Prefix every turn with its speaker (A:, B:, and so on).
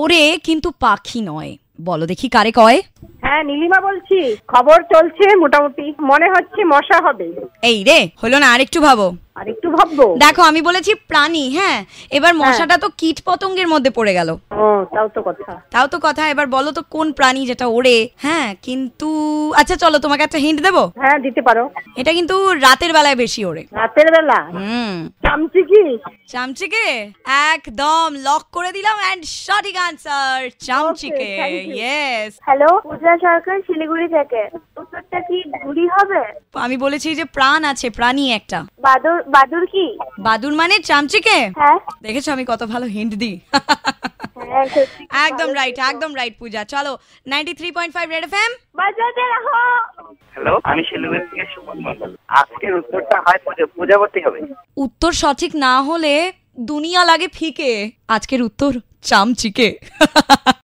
A: ওরে কিন্তু পাখি নয় বলো দেখি কারে কয়
B: হ্যাঁ নীলিমা বলছি খবর চলছে মোটামুটি মনে হচ্ছে মশা হবে
A: এই রে হলো না আরেকটু ভাবো
B: আর একটু ভাববো
A: দেখো আমি বলেছি প্রাণী হ্যাঁ এবার মশাটা তো কীট পতঙ্গের মধ্যে পড়ে গেল
B: ও তাও তো কথা
A: তাও তো কথা এবার বলো তো কোন প্রাণী যেটা ওড়ে হ্যাঁ কিন্তু আচ্ছা চলো তোমাকে একটা হিন্ট দেবো
B: হ্যাঁ দিতে পারো
A: এটা কিন্তু রাতের বেলায় বেশি ওড়ে
B: রাতের বেলা
A: হুম
B: চামচি কি
A: চামচিকে একদম লক করে দিলাম অ্যান্ড সঠিক আনসার চামচিকে
B: Okay, thank you.
A: Yes
C: hello Puja Sarkar Siliguri থেকে উত্তরটা কি গুড়ি হবে
A: আমি বলেছি যে প্রাণ আছে প্রাণী একটা
C: বাদুর বাদুর কি
A: বাদুর মানে চামচিকে
C: হ্যাঁ
A: দেখেছো আমি কত ভালো হিন্ট দিই
C: হ্যাঁ সত্যি
A: একদম রাইট একদম রাইট পূজা চলো ninety three point five red F M
C: বাজাতে রাখো
D: হ্যালো আমি শিলিগুড়ি থেকে সুমন মন্ডল আজকের উত্তরটা হয় পূজা পূজাবতী হবে
A: উত্তর সঠিক না হলে দুনিয়া লাগে ফিকে আজকের উত্তর চামচিকে